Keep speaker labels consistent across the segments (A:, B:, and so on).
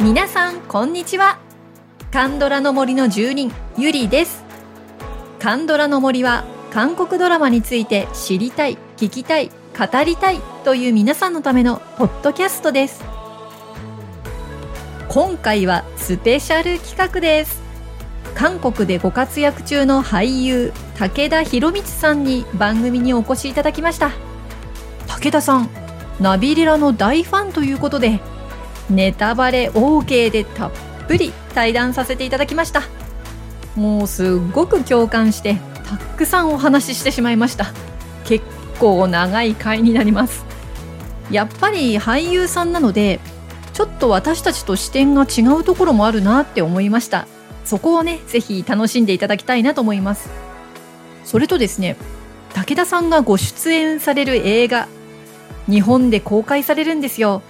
A: 皆さんこんにちはカンドラの森の住人ゆりですカンドラの森は韓国ドラマについて知りたい聞きたい語りたいという皆さんのためのポッドキャストです今回はスペシャル企画です韓国でご活躍中の俳優武田博光さんに番組にお越しいただきました武田さんナビリラの大ファンということでネタバレ OK でたっぷり対談させていただきましたもうすっごく共感してたくさんお話ししてしまいました結構長い回になりますやっぱり俳優さんなのでちょっと私たちと視点が違うところもあるなって思いましたそこをねぜひ楽しんでいただきたいなと思いますそれとですね武田さんがご出演される映画日本で公開されるんですよ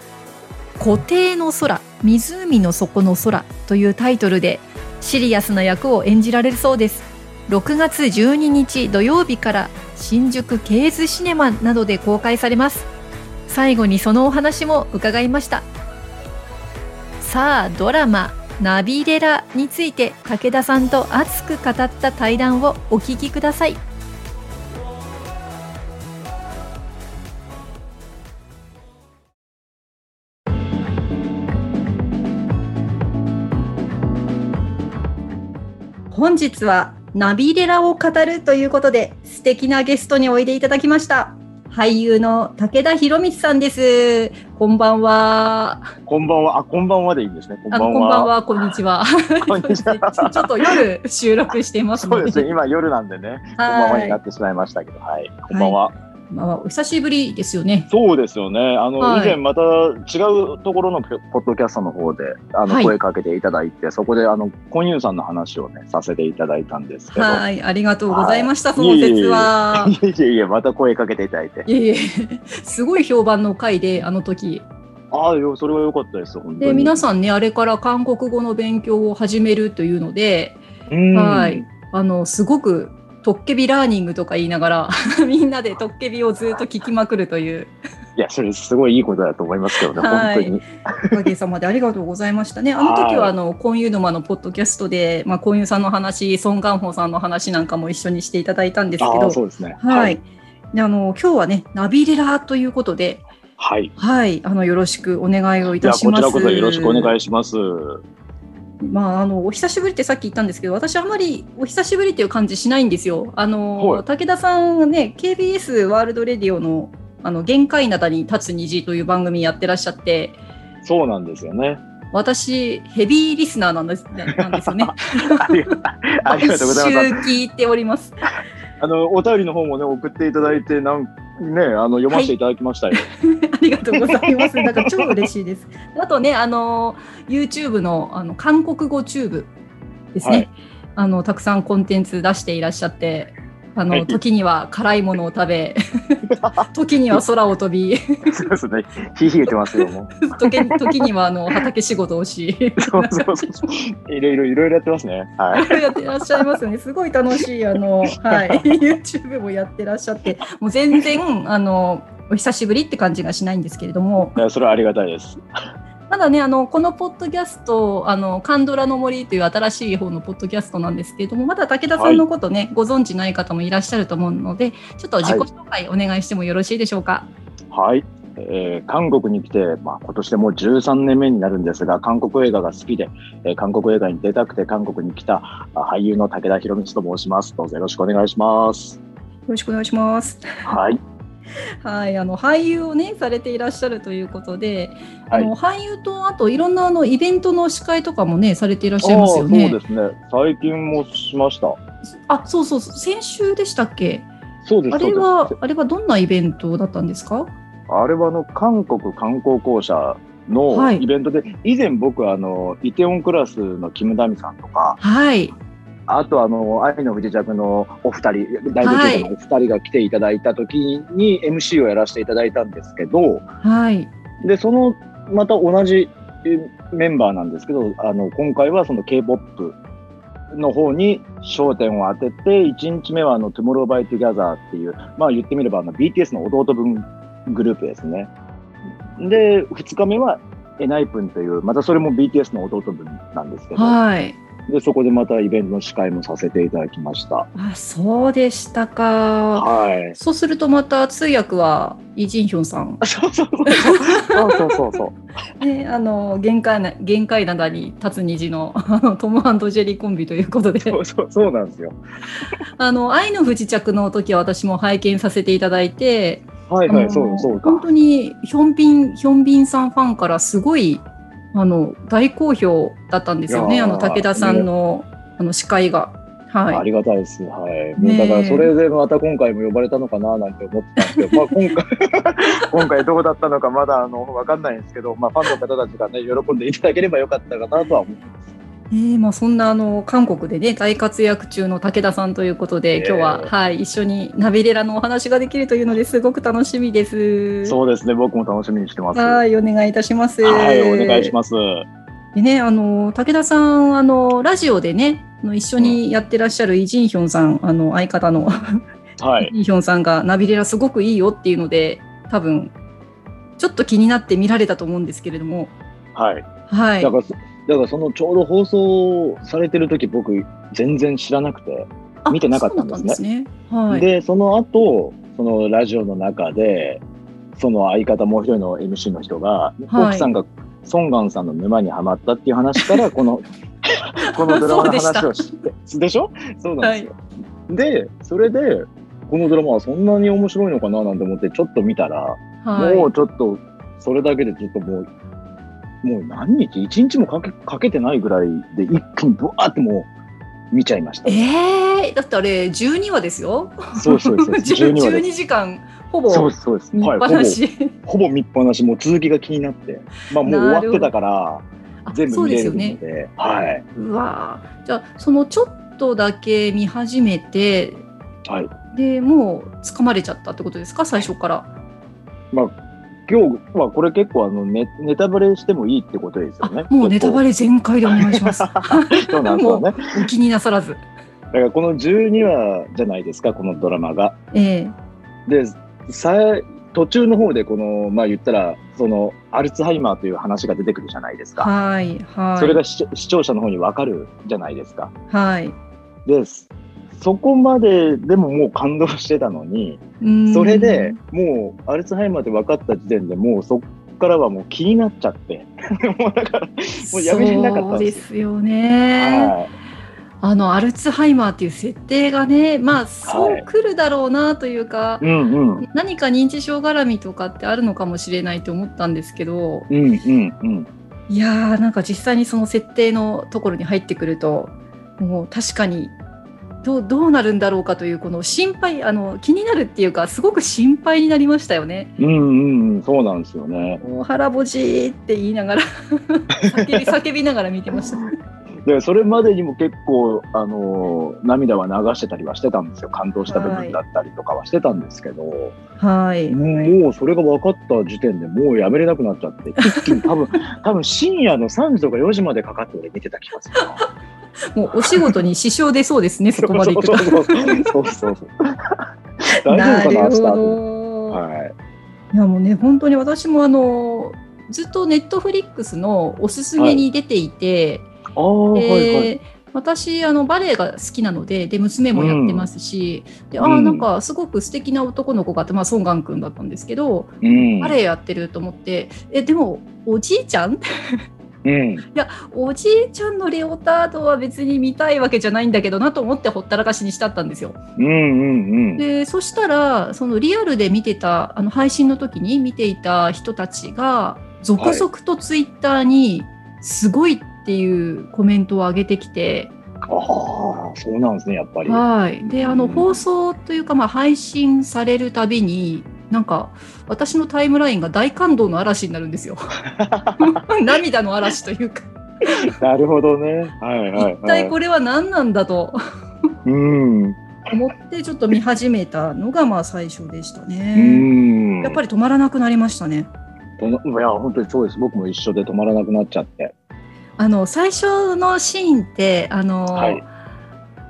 A: 固定の空湖の底の空というタイトルでシリアスな役を演じられるそうです6月12日土曜日から新宿ケーズシネマなどで公開されます最後にそのお話も伺いましたさあドラマ「ナビレラ」について武田さんと熱く語った対談をお聞きください本日はナビレラを語るということで素敵なゲストにおいでいただきました俳優の武田博光さんですこんばんは
B: こんばんは、あ、こんばんはでいいんですね。こん
A: あ
B: ば
A: こん
B: ん
A: ばん
B: は。
A: はこんにちは
B: こんにちは
A: ちょっと夜収録しています
B: そ
A: の
B: う
A: で
B: ですね、今夜なんでね、こんばんはになってしまいましたけど、はい、こんばんは。
A: まあ、お久しぶりですよね
B: そうですよね、あの、
A: はい
B: 以前また違うところのポポッドキャストの方で、あの、
A: はい
B: 声かけていただいて、そこであの、コンユーさんの話をね、させていただいたんですけど。
A: はいありがとうございました、
B: い
A: その説は
B: いえいえいえ、また声かけていただいて。
A: いえいえすごい評判の回であの時
B: ああ、よそれは良かったです、本当
A: で
B: に。
A: 皆さんねあれから韓国語の勉強を始めるというので、
B: うん
A: はい。あのすごくトッケビラーニングとか言いながら みんなでトッケビをずっと聞きまくるという
B: いや、それすごいいいことだと思いますけどね、
A: はい
B: 本当に。
A: おかげさまでありがとうございましたね。あの時
B: は
A: はいあの、コンユー沼のポッドキャストで、まあ、コンユーさんの話、ソン・ガンホさんの話なんかも一緒にしていただいたんですけ
B: あ
A: ど、
B: あ、そうですね。
A: はい。。で、あの、今日はね、ナビレラということで、
B: はい。
A: はい、あの、よろしくお願いをい
B: じゃ
A: た
B: あ、
A: し
B: こ
A: ま
B: ち
A: す。
B: らこそよろしくお願いします。
A: まあ、あの、お久しぶりってさっき言ったんですけど、私あんまりお久しぶりっていう感じしないんですよ。あの、
B: はい
A: 武田さんがね、KBS ワールドレディオの、あの、限界灘に立つ虹という番組やってらっしゃって、
B: そうなんですよね。
A: 私、ヘビーリスナーなんですねなんですよね。
B: ありが ありがとうございま
A: 毎
B: す。
A: 週聞いております。
B: あのお便りの方もね送っていただいてなんねあの読ませていただきましたよ。
A: ありがとうございます。なんか超嬉しいです。 あとね、あの YouTube のあの韓国語チューブですね。
B: はい
A: あのたくさんコンテンツ出していらっしゃって、あの、
B: はい
A: 時には辛いものを食 べ、時には空を飛び、
B: そうですね。ひいひい言ってますよもう。
A: 時時にはあの畑仕事をし、
B: そうそうそうそう。いろいろいろいろやってますね。はい。
A: やってらっしゃいますね。すごい楽しいあの はい YouTube もやってらっしゃって、もう全然あのお久しぶりって感じがしないんですけれども。
B: いやそれはありがたいです。
A: ただね、あの、このポッドキャスト、あの、カンドラの森という新しい方のポッドキャストなんですけれども、まだ武田さんのことね、ご存知ない方もいらっしゃると思うので、ちょっと自己紹介お願いしてもよろしいでしょうか。
B: はい。えー韓国に来て、まあ、今年でもう13年目になるんですが韓国映画が好きで、えー韓国映画に出たくて韓国に来たあ俳優の武田博光と申します。どうぞよろしくお願いします。
A: よろしくお願いします。
B: はい。
A: はい、あの、俳優をね、されていらっしゃるということで、
B: はい
A: あの、俳優と、あと、いろんなあの、イベントの司会とかもね、されていらっ
B: あ
A: しゃいますよ
B: ーそ
A: ね
B: う。ですね。最近もしました。
A: あそうそうそう、先週でしたっけ
B: そうです。
A: あ
B: そう
A: れ
B: です
A: は、あれはどんなイベントだったんですか
B: あれはあの韓国観光公社
A: は
B: の
A: い
B: イベントで、以前僕はあのイテウォンクラスのキム・ダミさんとか
A: はい。
B: あとあの愛の不時着のお二人大道芸のお二人が来ていただいた時に MC をやらせていただいたんですけど
A: はい。
B: でそのまた同じえメンバーなんですけどあの今回はその k p o p の方に焦点を当てて1日目はあの「TOMORROWBYTOGETHER」っていうまあ言ってみればあの BTS の弟分グループですね。で2日目はエナイプンという、またそれも BTS の弟分なんですけど、
A: はい。
B: でそこでまたイベントの司会もさせていただきました。
A: あ、そうでしたか。
B: はい。
A: そうするとまた通訳はイ・ジンヒョンさん。
B: そうそう そうそう。そうそうそうそう。
A: ね、あの限界な限界灘に立つ虹のあのトムジェリーコンビということで
B: そうそうそうなんですよ。
A: あの愛の不時着の時は私も拝見させていただいて、
B: はいは
A: あの
B: い、そうそうか
A: 本。当にヒョンビンヒョンビンさんファンからすごいあの大好評だったんですよ
B: い
A: ね
B: や
A: あ
B: ー
A: の武田さんの,、あの司会が。
B: あ
A: はい、
B: りがたいです。はい。
A: ねえ
B: だからそれでまた今回も呼ばれたのかななんて思ってたん ですけど、まあ今回今回 どうだったのかまだあのわかんないんですけど、まあファンの方たちがね喜んでいただければよかったかなとは思ってます。
A: えーまあ、そんなあの韓国でね大活躍中の武田さんということで、
B: ねえ
A: 今日は、はい、一緒にナビレラのお話ができるというのですごく楽しみです。
B: そうですね。僕も楽しみにしてます。は
A: はい、お願いいたします。
B: い、お願いします。
A: でね、あの武田さんあのラジオでねあの一緒にやってらっしゃるイ・ジンヒョンさんあの相方の
B: はい
A: イ・。ジンヒョンさんがナビレラすごくいいよっていうので多分ちょっと気になって見られたと思うんですけれども
B: はい。
A: はい
B: だからそ、だからそのちょうど放送されてる時僕全然知らなくて、
A: あ
B: 見てなかったんですね
A: そうだったんですね
B: でその後そのラジオの中でその相方もう一人の MC の人が、
A: はい
B: 奥さんがソンガンさんの沼にはまったっていう話 からこのこのドラマの話を知ってでしょそうなんですよ、でそれでこのドラマはそんなに面白いのかななんて思ってちょっと見たら、
A: はい、はい、
B: もうちょっとそれだけでちょっともうもう何日一日もかけかけてないぐらいで一気にブワーってもう見ちゃいました
A: えー、だってあれ12話ですよ
B: そうそう そう
A: 12,
B: 12話です
A: 時間ほぼ
B: そうですそうです。
A: 見っぱ
B: ほぼ
A: なし、
B: ほぼ見っぱなし、もう続きが気になって、まあもう終わってたから、
A: あ
B: 全
A: そ
B: 部
A: う
B: 見
A: で
B: れ
A: す
B: る
A: よ
B: ので、
A: ね
B: はい、
A: うわーじゃあそのちょっとだけ見始めて、
B: はい
A: でもう掴まれちゃったってことですか最初から。
B: 今日はこれ結構あのネネタバレしてもいいってことですよ
A: あ
B: ね。
A: もうネタバ
B: レ
A: レ全開でお願いします。
B: そうなんですよね。
A: お気になさらず。
B: だからこの12話じゃないですか、このドラマが。
A: ええ
B: で、さ途中の方でこの、まあ言ったら、そのアルツハイマーという話が出てくるじゃないですか。
A: はいはい。
B: それが視視聴者の方にわかるじゃないですか。
A: はい。
B: です。そこまででももう感動してたのに、
A: うん
B: それで、もうアルツハイマーって分かった時点でもうそっからはもう気になっちゃって、もうだから、もうやめれなかった
A: そうんで
B: です
A: よね。
B: はい
A: あのアルツハイマーっていう設定がね、まあそう来るだろうなというか、
B: うんうん、
A: 何か認知症絡みとかってあるのかもしれないと思ったんですけど、
B: うんうんうん。
A: いやーなんか実際にその設定のところに入ってくるともう確かにどうどうなるんだろうかというこの心配あの気になるっていうかすごく心配になりましたよね。
B: うんうんうん、そうなんですよね。
A: もう腹ぼじーって言いながら叫び叫びながら見てました。
B: で、それまでにも結構、あのー涙は流してたりはしてたんですよ。感動した部分だったりとかはしてたんですけど、
A: はい。
B: もうそれが分かった時点でもうやめれなくなっちゃって、一気に多分、多分深夜の3時とか4時までかかって俺見てた気がするな。
A: もうお仕事に支障出そうですね。そこまで行く
B: そう
A: と。
B: そうそうそうそう。大丈夫かな、
A: な
B: 明
A: る
B: 日と
A: ほ
B: 思って。
A: ど。
B: はい。
A: いやもうね本当に私もあのずっとネットフリックスのおすすめに出ていて。
B: ああ、
A: で
B: はいはい。
A: 私あのバレエが好きなのでで娘もやってますし、であ
B: う
A: ー
B: ん
A: なんかすごく素敵な男の子があって、まあ、ソン・ガン君だったんですけど、
B: うん
A: バレエやってると思ってえでもおじいちゃん
B: うん。
A: おじいちゃんのレオタードは別に見たいわけじゃないんだけどなと思ってほったらかしにしたったんですよ。
B: うんうんうん。
A: でそしたらそのリアルで見てたあの配信の時に見ていた人たちが続々とツイッターに「すごい」っていうコメントを上げてきて。
B: ああ、そうなんですね、やっぱり。
A: はい、であの
B: うん
A: 放送というか、まあ、配信されるたびになんか私のタイムラインが大感動の嵐になるんです よ涙の嵐というか
B: なるほどね。はいはい
A: 一
B: は
A: 体
B: い。
A: これは何なんだと
B: うん。う
A: 思ってちょっと見始めたのがまあ最初でしたね、
B: ん。
A: やっぱり止まらなくなりましたね
B: り。いや、本当にそうです。僕も一緒で止まらなくなっちゃって。
A: あの最初のシーンってあの、
B: はい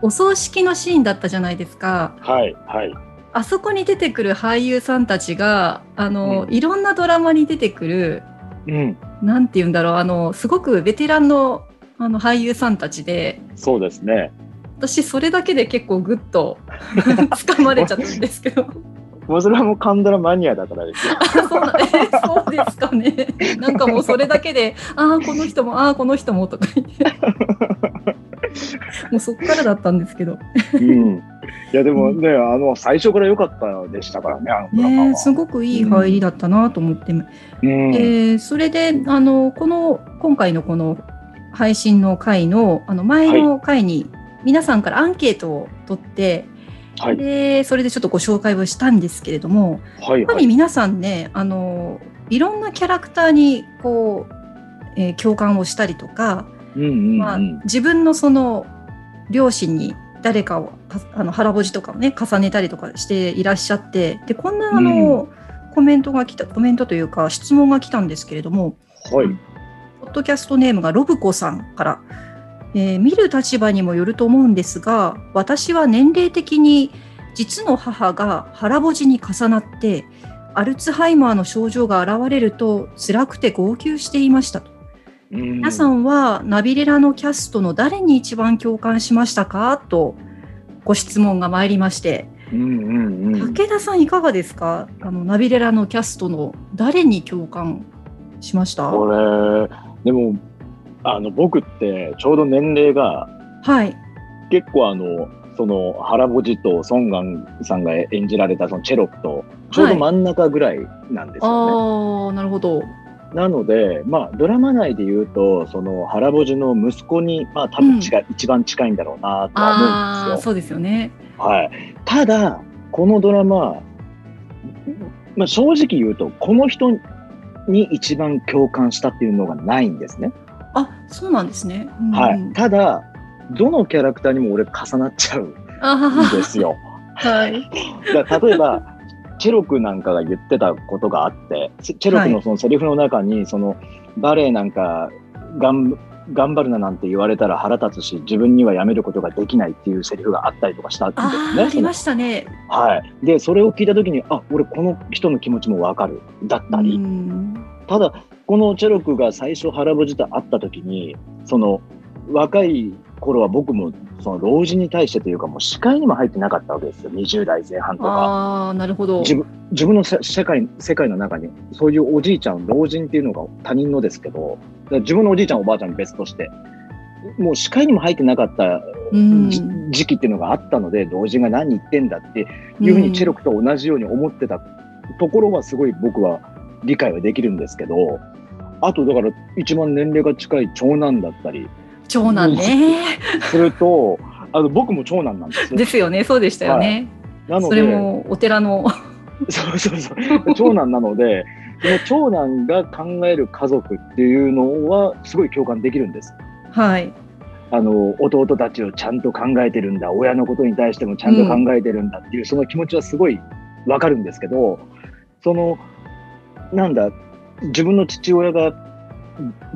A: お葬式のシーンだったじゃないですか
B: はいはい。
A: あそこに出てくる俳優さんたちがあの、
B: う
A: いろんなドラマに出てくる
B: うん、
A: なんて言うんだろうあのすごくベテランのあの俳優さんたちで
B: そうですね。
A: 私それだけで結構グッと 掴まれちゃったんですけど
B: もうそれはもうカンドラマニアだか らですよ。
A: あそうなえそうですかねなんかもうそれだけでああこの人もああこの人もとか言 ってもうそっからだったんですけど
B: うん、いやでもね、あの最初から良かったでしたからね、あのドラマは。
A: ねえすごくいい入りだったなと思って、
B: うん、
A: えーそれであのこの今回のこの配信の回のあの前の回に皆さんからアンケートを取って、
B: はい
A: でそれでちょっとご紹介をしたんですけれども
B: はい
A: やっぱ
B: は
A: り
B: い。
A: 皆さんねあのいろんなキャラクターにこう、えー共感をしたりとか、
B: うんうん
A: まあ
B: うん。、
A: 自分のその両親に誰かをかあの腹ぼじとかをね重ねたりとかしていらっしゃってでこんなあの、コメントが来たコメントというか質問が来たんですけれども
B: はい。
A: ポッドキャストネームがロブコさんから、えー見る立場にもよると思うんですが私は年齢的に実の母が腹ぼじに重なってアルツハイマーの症状が現れると辛くて号泣していましたと皆
B: 皆
A: さんはナビレラのキャストの誰に一番共感しましたかとご質問が参りまして
B: うんうんうん。
A: 武田さんいかがですかあのナビレラのキャストの誰に共感しました
B: これでもあの僕ってちょうど年齢が
A: はい
B: 結構あのその原ぼじとソンガンさんが演じられたそのチェロッとちょうど真ん中ぐらいなんです
A: あ
B: よね。
A: あ、なるほど。
B: なので、まあ、ドラマ内で言うと、その、原ぼじの息子に、まあ、多分近い、一番近いんだろうな、とは
A: あ
B: 思うん
A: あ
B: で
A: ー、
B: す
A: そうですよね。
B: よ。はい。ただ、このドラマ、まあ、正直言うと、この人に一番共感したっていうのがないんですね。
A: あ、そうなんですね。うん
B: はい。ただ、どのキャラクターにも俺重なっちゃうん
A: あ
B: で
A: ー
B: す よ。
A: はい。
B: だから例えば、チェロクなんかが言ってたことがあって、チチェロクのそのセリフの中に、そのバレエなんかがん頑張るななんて言われたら腹立つし、自分にはやめることができないっていうセリフがあったりとかしたんです
A: あ
B: よ
A: あ、
B: ね。
A: ありましたね。
B: そのはい。で、それを聞いたときに、あ、俺この人の気持ちもわかる、だったり、
A: うん
B: ただ、このチェロクが最初腹ぼじと会ったときに、その若い頃は僕もその老人に対してというか、もう視界にも入ってなかったわけですよ。20代前半とか。
A: ああ、なるほど。
B: 自分自分のせ社会世界の中にそういうおじいちゃん老人っていうのが他人のですけどだから自分のおじいちゃんおばあちゃん別としてもう視界にも入ってなかった
A: うん
B: じ、時期っていうのがあったので、老人が何言ってんだっていうふうにチェロ
A: ク。
B: クと同じように思ってたところはすごい僕は理解はできるんですけどあとだから一番年齢が近い長男だったり
A: 長男ね。
B: すると あの僕も長男なんですよ
A: ですよね。そうでしたよね。
B: なの
A: そ
B: で
A: れもお寺の。
B: そうそうそう。長男なので、その長男が考える家族っていうのは、すごい共感できるんです。
A: はい。
B: あの、弟たちをちゃんと考えてるんだ、親のことに対してもちゃんと考えてるんだっていう、その気持ちはすごいわかるんですけど、その、なんだ、自分の父親が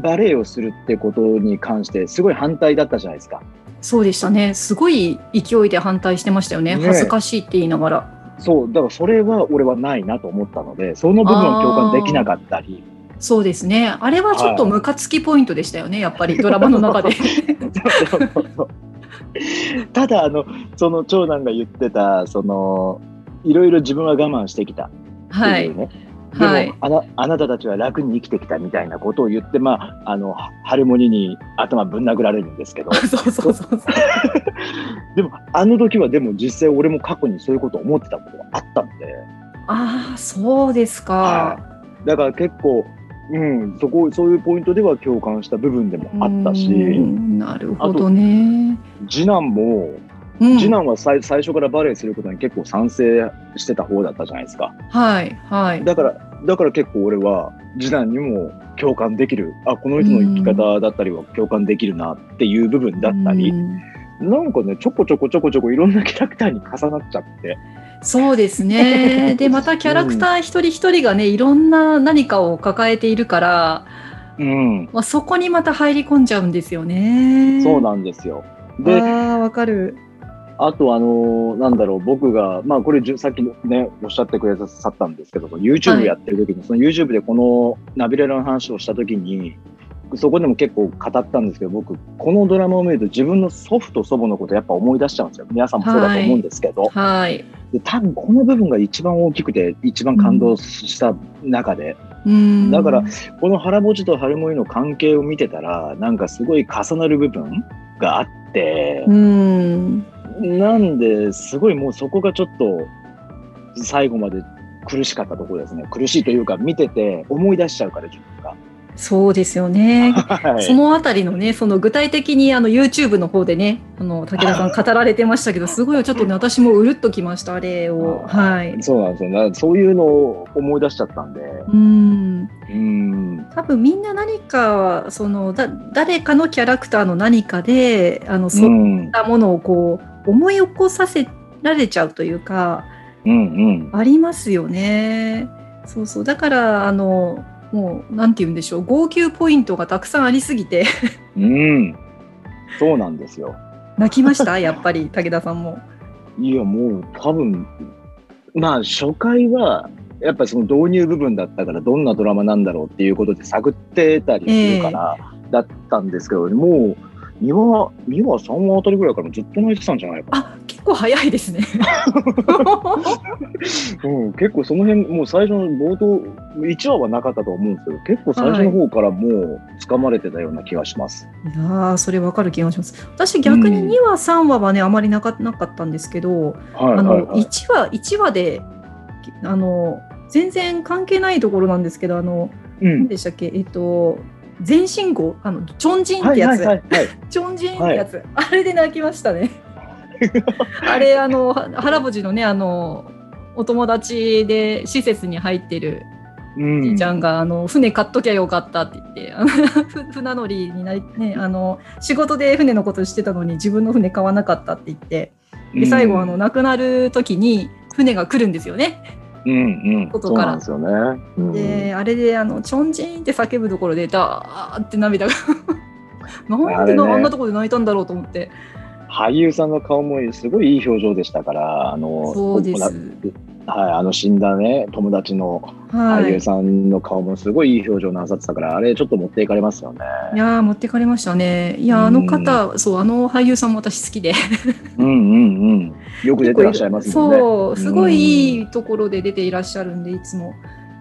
B: バレエをするってことに関して、すごい反対だったじゃないですか。
A: そうでしたね。すごい勢いで反対してましたよね。
B: ね
A: 恥ずかしいって言いながら。
B: そう、だからそれは俺はないなと思ったので、その部分は共感できなかったり、
A: そうですね。あれはちょっとムカつきポイントでしたよ ね。やっぱりドラマの中で。
B: そうそうそう ただあのその長男が言ってたそのいろいろ自分は我慢してきたって。
A: はいいう
B: ね、
A: は
B: で
A: い
B: も。あなあなたたちは楽に生きてきたみたいなことを言って、まあ、あのハハルモニに頭ぶん殴られるんですけ ど
A: そうそうそうそう。
B: でもあの時はでも実際俺も過去にそういうことを思ってたことがあったので
A: ああ、そうですか。
B: だから結構、うん、そこそういうポイントでは共感した部分でもあったし
A: うーんなるほどね。
B: 次男も
A: うん
B: 次男は最最初からバレエすることに結構賛成してた方だったじゃないですか。
A: はいはい。
B: だから、だから結構俺は、次男にも共感できる。あ、この人の生き方だったりは共感できるなっていう部分だったり、
A: うん
B: なんかね、ちょこちょこちょこちょこいろんなキャラクターに重なっちゃって、
A: そうですね。で、またキャラクター一人一人がね、いろんな何かを抱えているから、
B: うん、
A: まあ、そこにまた入り込んじゃうんですよね。
B: そうなんですよ。
A: で。
B: で、
A: ああ、わかる。
B: あと、あのなんだろう、僕が、まあ、これじゅ、さっきね、おっしゃってくださったんですけど、
A: は
B: YouTube
A: い
B: やってる時に、その YouTube でこのナビレラの話をした時に、そこでも結構語ったんですけど、僕、このドラマを見ると自分の祖父と祖母のことやっぱ思い出しちゃうんですよ。皆さんもそうだと思うんですけど、
A: はい。
B: で多分この部分が一番大きくて、一番感動した中で、
A: うん。
B: だから、この腹持ちと腹盛りの関係を見てたら、なんかすごい重なる部分があって
A: う、ん。
B: なんで、すごいもうそこがちょっと、最後まで苦しかったところですね。苦しいというか、見てて思い出しちゃうから、自分が。
A: そうですよね。
B: はい
A: そのあたりのね、その具体的にあの YouTube の方でね、あの武田さん語られてましたけど、すごいちょっとね、私もうるっときました、あれを。はい。
B: そうなんですよ。なそういうのを思い出しちゃったんで。
A: うん。
B: うん。
A: 多分みんな何か、そのだ誰かのキャラクターの何かで、あのそうういっ
B: ん。
A: たものをこう思い起こさせられちゃうというか、
B: うん。うん。
A: ありますよね。そうそう。だからあの。もう、なんて言うんでしょう。号泣ポイントがたくさんありすぎて、
B: うん。そうなんですよ。
A: 泣きま したやっぱり、武田さんも。
B: いや、もう多分、まあ初回は、やっぱりその導入部分だったから、どんなドラマなんだろうっていうことで探ってたりするから、だったんですけど、もう2話、2話、3話あたりぐらいからずっと泣いてたんじゃないかな。
A: あ、結構早い ですね。
B: うん、結構その辺、もう最初の冒頭、1話はなかったと思うんですけど、結構最初の方からもう掴まれてたような気がします。
A: いやーそれわかる気がします。私逆に
B: うん
A: 2話3話はねあまりなかなかったんですけど、
B: はい
A: あ
B: はい
A: の
B: はい。
A: 1話1話であの全然関係ないところなんですけどあの
B: う
A: 何
B: ん。
A: でしたっけえっと全身号あのチョンジンっ
B: は
A: て
B: い
A: や
B: はい
A: つ、
B: はいはい。
A: チョンジンってやつ、あれで泣きました ね。あれあのは腹ぼじのねあのお友達で施設に入ってる
B: うん
A: じいちゃんが、あの船買っときゃよかったって言ってあのふ船乗りになり、ね、あの仕事で船のことしてたのに自分の船買わなかったって言ってで最後あの、亡くなる時に船が来るんですよね。
B: うんうん、
A: 外から
B: そうなんですよね。
A: であれであの「ちょんじん」って叫ぶところでダーって涙が なんでな
B: あれね
A: あんなところで泣いたんだろうと思って
B: 俳優さんの顔もすごいいい表情でしたから、あの、
A: そうです。
B: ここなはい、あの死んだね、友達の
A: は
B: 俳
A: い
B: 優、さんの顔もすごいいい表情なさってたから、あれちょっと持っていかれますよね。
A: いやー持ってかれましたねいやーあの方、そうあの俳優さんも私好きで
B: うんうんうん。よく出てらっしゃいますもんね。
A: そうすごいいいところで出ていらっしゃるんでいつも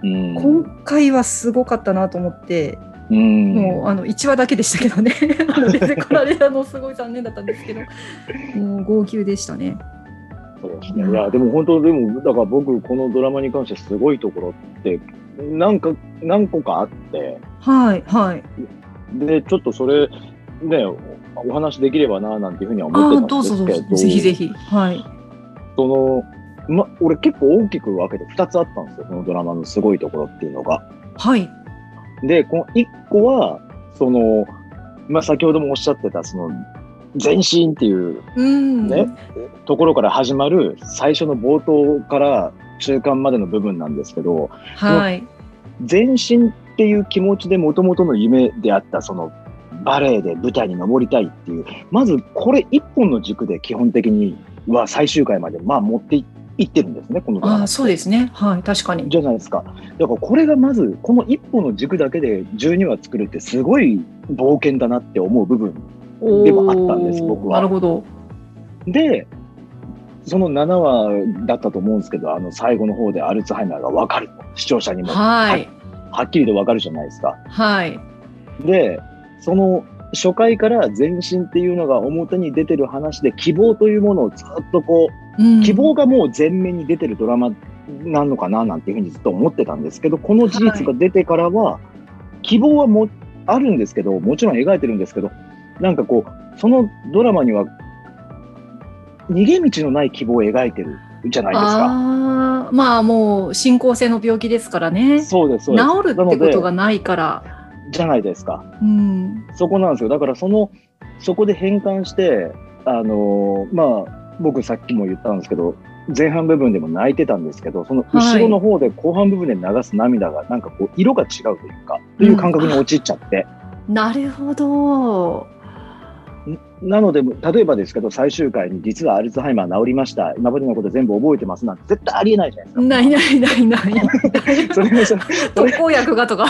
B: うん
A: 今回はすごかったなと思って、
B: うん
A: もうあの1話だけでしたけ どねあの出てこられたのすごい残念だったんですけどもう号泣でしたね。
B: そうですね。いや、でも本当、でも、だから僕、このドラマに関してすごいところって、なんか、何個かあって、
A: はいはい。
B: で、ちょっとそれ、ね、お話できればな、なんていうふうには
A: あ
B: 思
A: あ
B: ってた
A: ど
B: ん
A: う
B: です
A: ぞ
B: け
A: ど
B: ど。
A: うぞぜひぜひはい。
B: その、ま、俺結構大きく分けて2つあったんですよ、このドラマのすごいところっていうのが。
A: はい。
B: で、この1個は、その、まあ、先ほどもおっしゃってた、その、前進っていう
A: うん。
B: ねところから始まる最初の冒頭から中間までの部分なんですけど、
A: はい。
B: 前進っていう気持ちでもともとの夢であった、その、バレエで舞台に登りたいっていう、まずこれ1本の軸で基本的には最終回まで、まあ、持っていいってるんですね、このドラ
A: あ
B: マ
A: あ。そうですね。はい確かに。
B: じゃないですか。だからこれがまず、この一歩の軸だけで12話作るってすごい冒険だなって思う部分。
A: おー
B: でもあったんです僕は
A: なるほど。
B: で、その7話だったと思うんですけど、あの最後の方でアルツハイマーがわかる。視聴者にもは
A: はい
B: っきりとわかるじゃないですか。
A: はい。
B: で、その初回から前進っていうのが表に出てる話で希望というものをずっと
A: う
B: こう、
A: ん
B: 希望がもう前面に出てるドラマなのかななんていうふうにずっと思ってたんですけど、この事実が出てからは、希望はもあるんですけど、もちろん描いてるんですけど、なんかこう、そのドラマには逃げ道のない希望を描いてるじゃないですか。
A: ああまあもう進行性の病気ですからね。治
B: そうです、そうです。
A: るってことがないから。
B: じゃないですか。
A: うん。
B: そこなんですよ。だからその、そこで変換して、あのーまあ、僕さっきも言ったんですけど、前半部分でも泣いてたんですけど、その後ろの方で後半部分で流す涙が、なんかこう、色が違うというか、という感覚に陥っちゃって、
A: なるほど。
B: なので、例えばですけど、最終回に実はアルツハイマー治りました、今までのこと全部覚えてますなんて絶対ありえないじゃないですか。
A: ないないない ない。
B: それもそ
A: 特効薬がとか。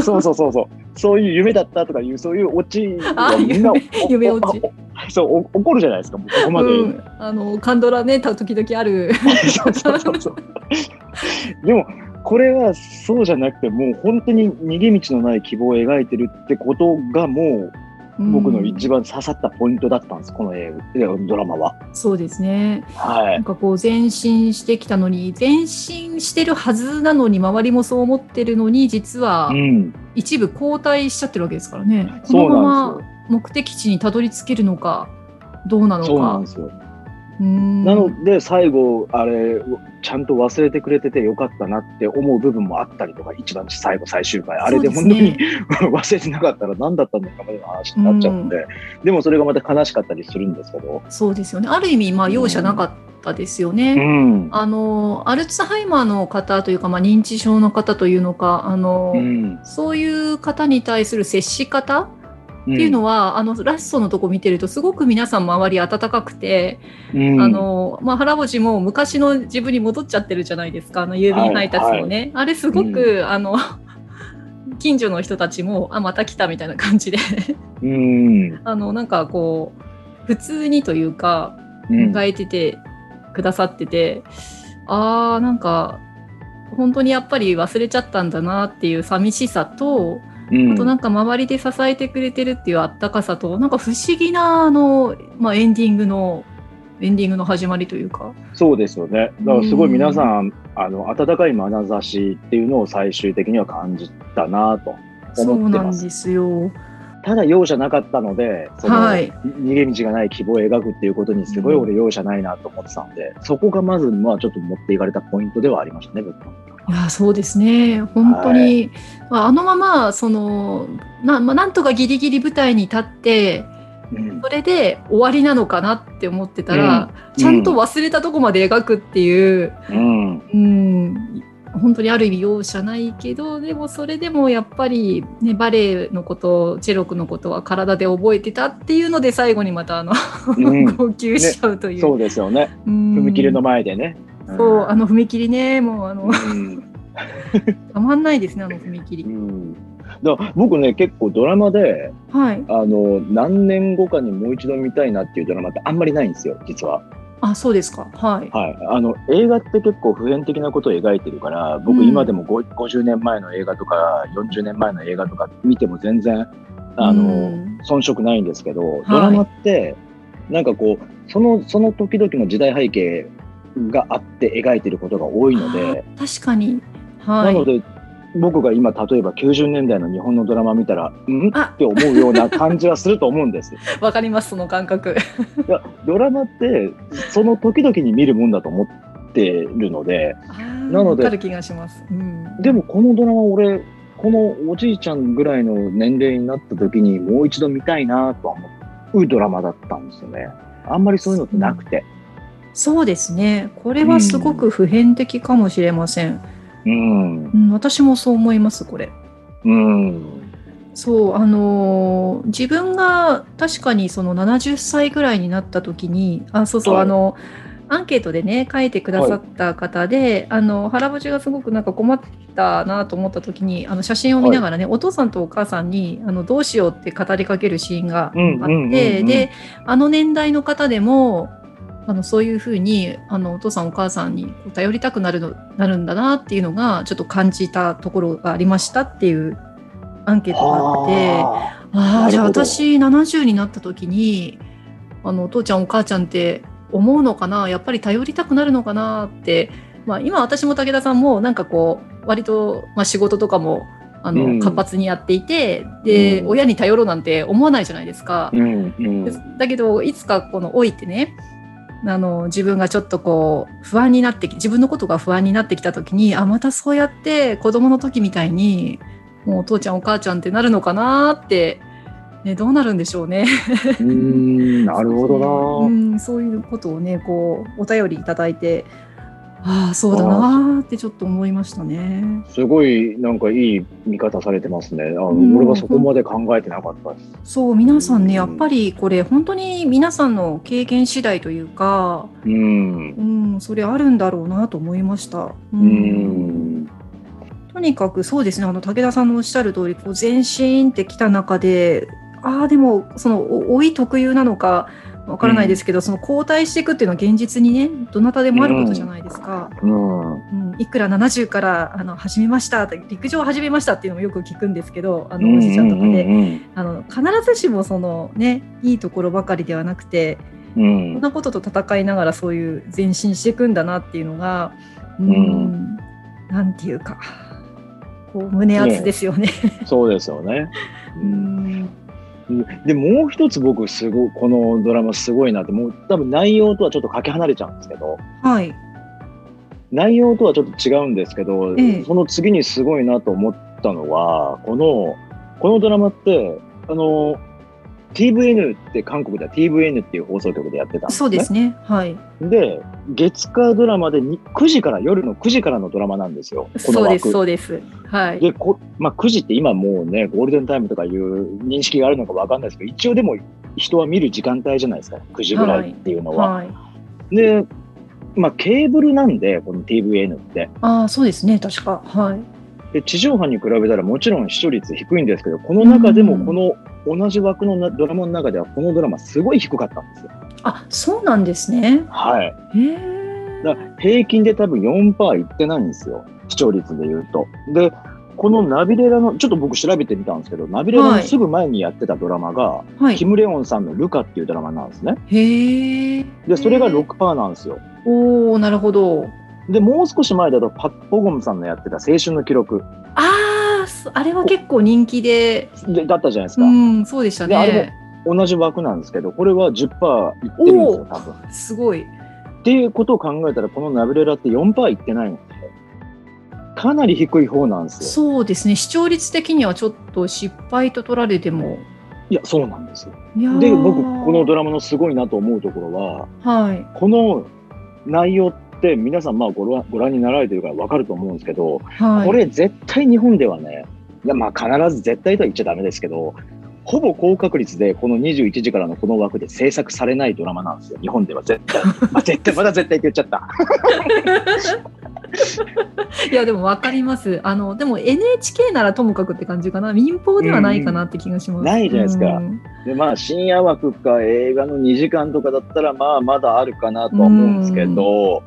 B: そうそうそうそう、そういう夢だったとかいう、そういうオチ
A: あ
B: がみんな
A: 夢、夢落ち。
B: おそうお怒るじゃないですか、もうこ こまで。
A: うん、あのカンドラねた時々ある
B: そうそうそうそう でもこれはそうじゃなくてもう本当に逃げ道のない希望を描いてるってことがもう僕の一番刺さったポイントだったんです、この映画ドラマは。
A: うんそうですね
B: は
A: ないんかこう前進してきたのに前進してるはずなのに周りもそう思ってるのに実は
B: うん、
A: 一部後退しちゃってるわけですからねこ
B: そ
A: の
B: う
A: ま
B: なん
A: ま
B: です
A: 目的地にたどり着けるのかどうなの
B: よ。そうなん
A: か
B: ですよ。
A: うん
B: なので最後あれちゃんと忘れてくれててよかったなって思う部分もあったりとか一番最後最終回あれで本当に、
A: そうですね
B: 忘れてなかったら何だったのかまでの話になっちゃうんで、でもそれがまた悲しかったりするんですけど。
A: そうですよねある意味まあ容赦なかったですよね、
B: うん。
A: あのアルツハイマーの方というか、まあ、認知症の方というのかあの、
B: うん。
A: そういう方に対する接し方っていうのは、あのラストのとこ見てるとすごく皆さん周り温かくて、
B: うん、
A: あのまあ、腹持ちも昔の自分に戻っちゃってるじゃないですかあの郵便配達もね、あれすごく、あの 近所の人たちもあまた来たみたいな感じで
B: うん、うん
A: あのなんかこう普通にというか迎えててくださってて、あーなんか本当にやっぱり忘れちゃったんだなっていう寂しさと、
B: うん
A: あとなんか周りで支えてくれてるっていうあったかさとなんか不思議なあの、まあ、エンディングのエンディングの始まりというか。
B: そうですよね。だからすごい皆さん、あの温かい眼差しっていうのを最終的には感じたなと。
A: そ
B: 思
A: う
B: って
A: なん
B: ます
A: ですよ。
B: ただ容赦なかったので、その、
A: はい
B: 逃げ道がない希望を描くっていうことにすごい俺容赦ないなと思ってたんで、そこがまずまあちょっと持っていかれたポイントではありましたね。僕はい
A: やそうですね本当に、まああのままそのな,、まあ、なんとかギリギリ舞台に立って
B: うん
A: それで終わりなのかなって思ってたら、ちゃんと忘れたとこまで描くっていう、
B: うん、
A: うん、本当にある意味容赦ないけどでもそれでもやっぱり、ね、バレエのことチェロクのことは体で覚えてたっていうので最後にまたあの、
B: うん
A: 号泣しちゃうという,、
B: そうですよね。
A: うん
B: 踏切の前でね。
A: そうあの踏切ねもうあの
B: うん
A: たまんないですねあの踏切、
B: うんだから僕ね結構ドラマで
A: はい
B: あの何年後かにもう一度見たいなっていうドラマってあんまりないんですよ実は、
A: あそうですかはい
B: はい、あの映画って結構普遍的なことを描いてるから
A: う
B: 僕
A: ん
B: 今でも5 50年前の映画とか40年前の映画とか見ても全然あの、
A: うん
B: 遜色ないんですけどドラマってなんかこうそのその時々の時代背景があって描いてることが多いので、
A: あー確かにはい
B: なので僕が今例えば90年代の日本のドラマ見たらうんっ
A: あ
B: て思うような感じはすると思うんです
A: わかりますその感覚
B: いやドラマってその時々に見るもんだと思ってるので
A: な
B: ので
A: わかる気がします、うん、
B: でもこのドラマ俺このおじいちゃんぐらいの年齢になった時にもう一度見たいなとは思うドラマだったんですよねあんまりそういうのってなくて
A: そうですねこれはすごく普遍的かもしれません、
B: うん
A: うん、私もそう思いますこれ
B: うん
A: そうあのー自分が確かにその70歳ぐらいになった時にあそうそう、
B: はい
A: あのアンケートでね書いてくださった方で、あの腹持ちがすごくなんか困ったなと思った時にあの写真を見ながらね、お父さんとお母さんにあのどうしようって語りかけるシーンがあって、
B: うんうんうんうん
A: であの年代の方でもあのそういうふうにあのお父さんお母さんにこう頼りたくなるのなるんだなっていうのがちょっと感じたところがありましたっていうアンケートがあって
B: は
A: あ
B: なるほ
A: あ
B: ど
A: じゃあ私70になった時にあのお父ちゃんお母ちゃんって思うのかなやっぱり頼りたくなるのかなって、まあ、今私も武田さんもなんかこう割と、まあ、仕事とかもあの、
B: うん
A: 活発にやっていてで、
B: うん
A: 親に頼ろうなんて思わないじゃないですか
B: あ。うんうん
A: だけどいつかこの老いてねあの自分がちょっとこう不安になってき自分のことが不安になってきた時にあまたそうやって子供の時みたいにもうお父ちゃんお母ちゃんってなるのかなって、ね、どうなるんでしょうね。
B: うんなる ほ
A: う
B: ど
A: んそういうことをねこうお便りいただいてああそうだなーってちょっと思いましたね。
B: すごいなんかいい見方されてますね。あの
A: うん
B: 俺はそこまで考えてなかったです。
A: そう皆さんね
B: うん
A: やっぱりこれ本当に皆さんの経験次第というか、
B: うん。
A: うん、それあるんだろうなと思いました。う
B: う。ん。
A: とにかくそうですねあの武田さんのおっしゃる通りこう全身ってきた中でああでもそのお老い特有なのかわからないですけど、その交代していくっていうのは現実にねどなたでもあることじゃないですか、
B: うん。
A: うんいくら70からあの始めましたって陸上を始めましたっていうのもよく聞くんですけどあ
B: あ
A: のおじいちゃんとかで、
B: うん
A: あの必ずしもそのねいいところばかりではなくて
B: う
A: そん
B: ん。
A: なことと戦いながらそういう前進していくんだなっていうのが、うん、
B: うん
A: なんていうか、こう胸熱ですよね。
B: そうですよね。
A: うん、
B: でもう一つ僕すごいこのドラマすごいなってもう多分内容とはちょっとかけ離れちゃうんですけど
A: はい、
B: 内容とはちょっと違うんですけど、
A: ええ
B: その次にすごいなと思ったのはこのこのドラマってあの TVN って韓国では TVN っていう放送局でやってたんです、ね、
A: そうですね。はい、
B: で月火ドラマでに9時から夜の9時からのドラマなんですよこの
A: そうです、
B: 枠
A: そうです。はい。
B: でこ、まあ、9時って今もうねゴールデンタイムとかいう認識があるのかわかんないですけど一応でも人は見る時間帯じゃないですか9時ぐらいっていうのは。
A: はい。
B: で、まあ、ケーブルなんでこの TVN って
A: ああ、そうですね。確か。はい。
B: で地上波に比べたらもちろん視聴率低いんですけどこの中でもこの同じ枠のなドラマの中ではこのドラマすごい低かったんですよ。
A: あ、そうなんですね。
B: はい、
A: へえ。
B: だから平均で多分4%いってないんですよ視聴率でいうと。でこのナビレラのちょっと僕調べてみたんですけどナビレラのすぐ前にやってたドラマが、
A: はい
B: キ。ム・レオンさんの「ルカ」っていうドラマなんですね。
A: へえ。
B: で、それが6%なんですよ。
A: おお、なるほど。
B: で、もう少し前だと、パッ・ポゴムさんのやってた青春の記録
A: ああ、そあれは結構人気で。
B: でだったじゃないです
A: う
B: か。
A: ん、そうでした
B: であれ
A: ね。
B: 同じ枠なんですけど、これは10%いってるんですよ、多分。
A: すごい。
B: っていうことを考えたら、このナブレラって4%いってないんですよ。かなり低い方なんですよ。
A: そうですね視聴率的にはちょっと失敗と取られても
B: いや、そうなんですよ。
A: いやー
B: で、僕、このドラマのすごいなと思うところは、
A: はい
B: この内容って皆さん、まあご覧、ご覧になられてるから分かると思うんですけど、
A: はい
B: これ絶対日本ではね、いやまあ必ず絶対とは言っちゃダメですけど、ほぼ高確率でこの21時からのこの枠で制作されないドラマなんですよ、日本では絶対。まあ絶対、まだ絶対って言っちゃった。
A: いやでも分かりますあのでも NHK ならともかくって感じかな民放ではないかなって気がします、
B: うんないじゃないですか
A: うん
B: でまあ深夜枠か映画の2時間とかだったら、まあまだあるかなとは思うんですけど、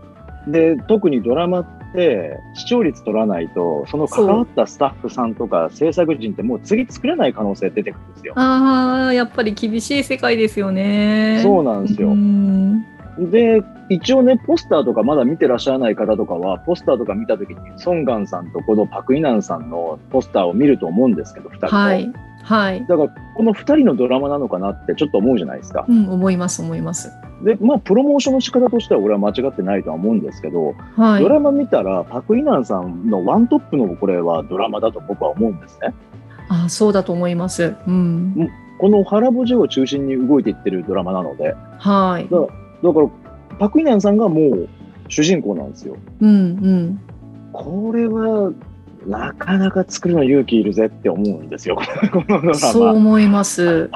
B: で、特にドラマって視聴率取らないと、その関わったスタッフさんとか制作陣ってもう次作れない可能性出てくるんですよ。
A: あーやっぱり厳しい世界ですよね
B: そう
A: う
B: なんですよ。
A: ん
B: で、一応ね、ポスターとかまだ見てらっしゃらない方とかは、ポスターとか見たときに、ソンガンさんとこのパク・イナンさんのポスターを見ると思うんですけど、2人とも。
A: はいはい
B: だから、この2人のドラマなのかなってちょっと思うじゃないですか
A: う。ん思います思います
B: で、まあ、プロモーションの仕方としては俺は間違ってないとは思うんですけど、
A: はい
B: ドラマ見たら、パク・イナンさんのワントップのこれはドラマだと僕は思うんですね。
A: あーそうだと思いますうん
B: この腹ぼじを中心に動いていってるドラマなので、
A: はい
B: だだから、パク・イナンさんがもう主人公なんですよ。
A: うんうん
B: これはなかなか作るの勇気いるぜって思う んですよ、このドラマ。
A: そう思います。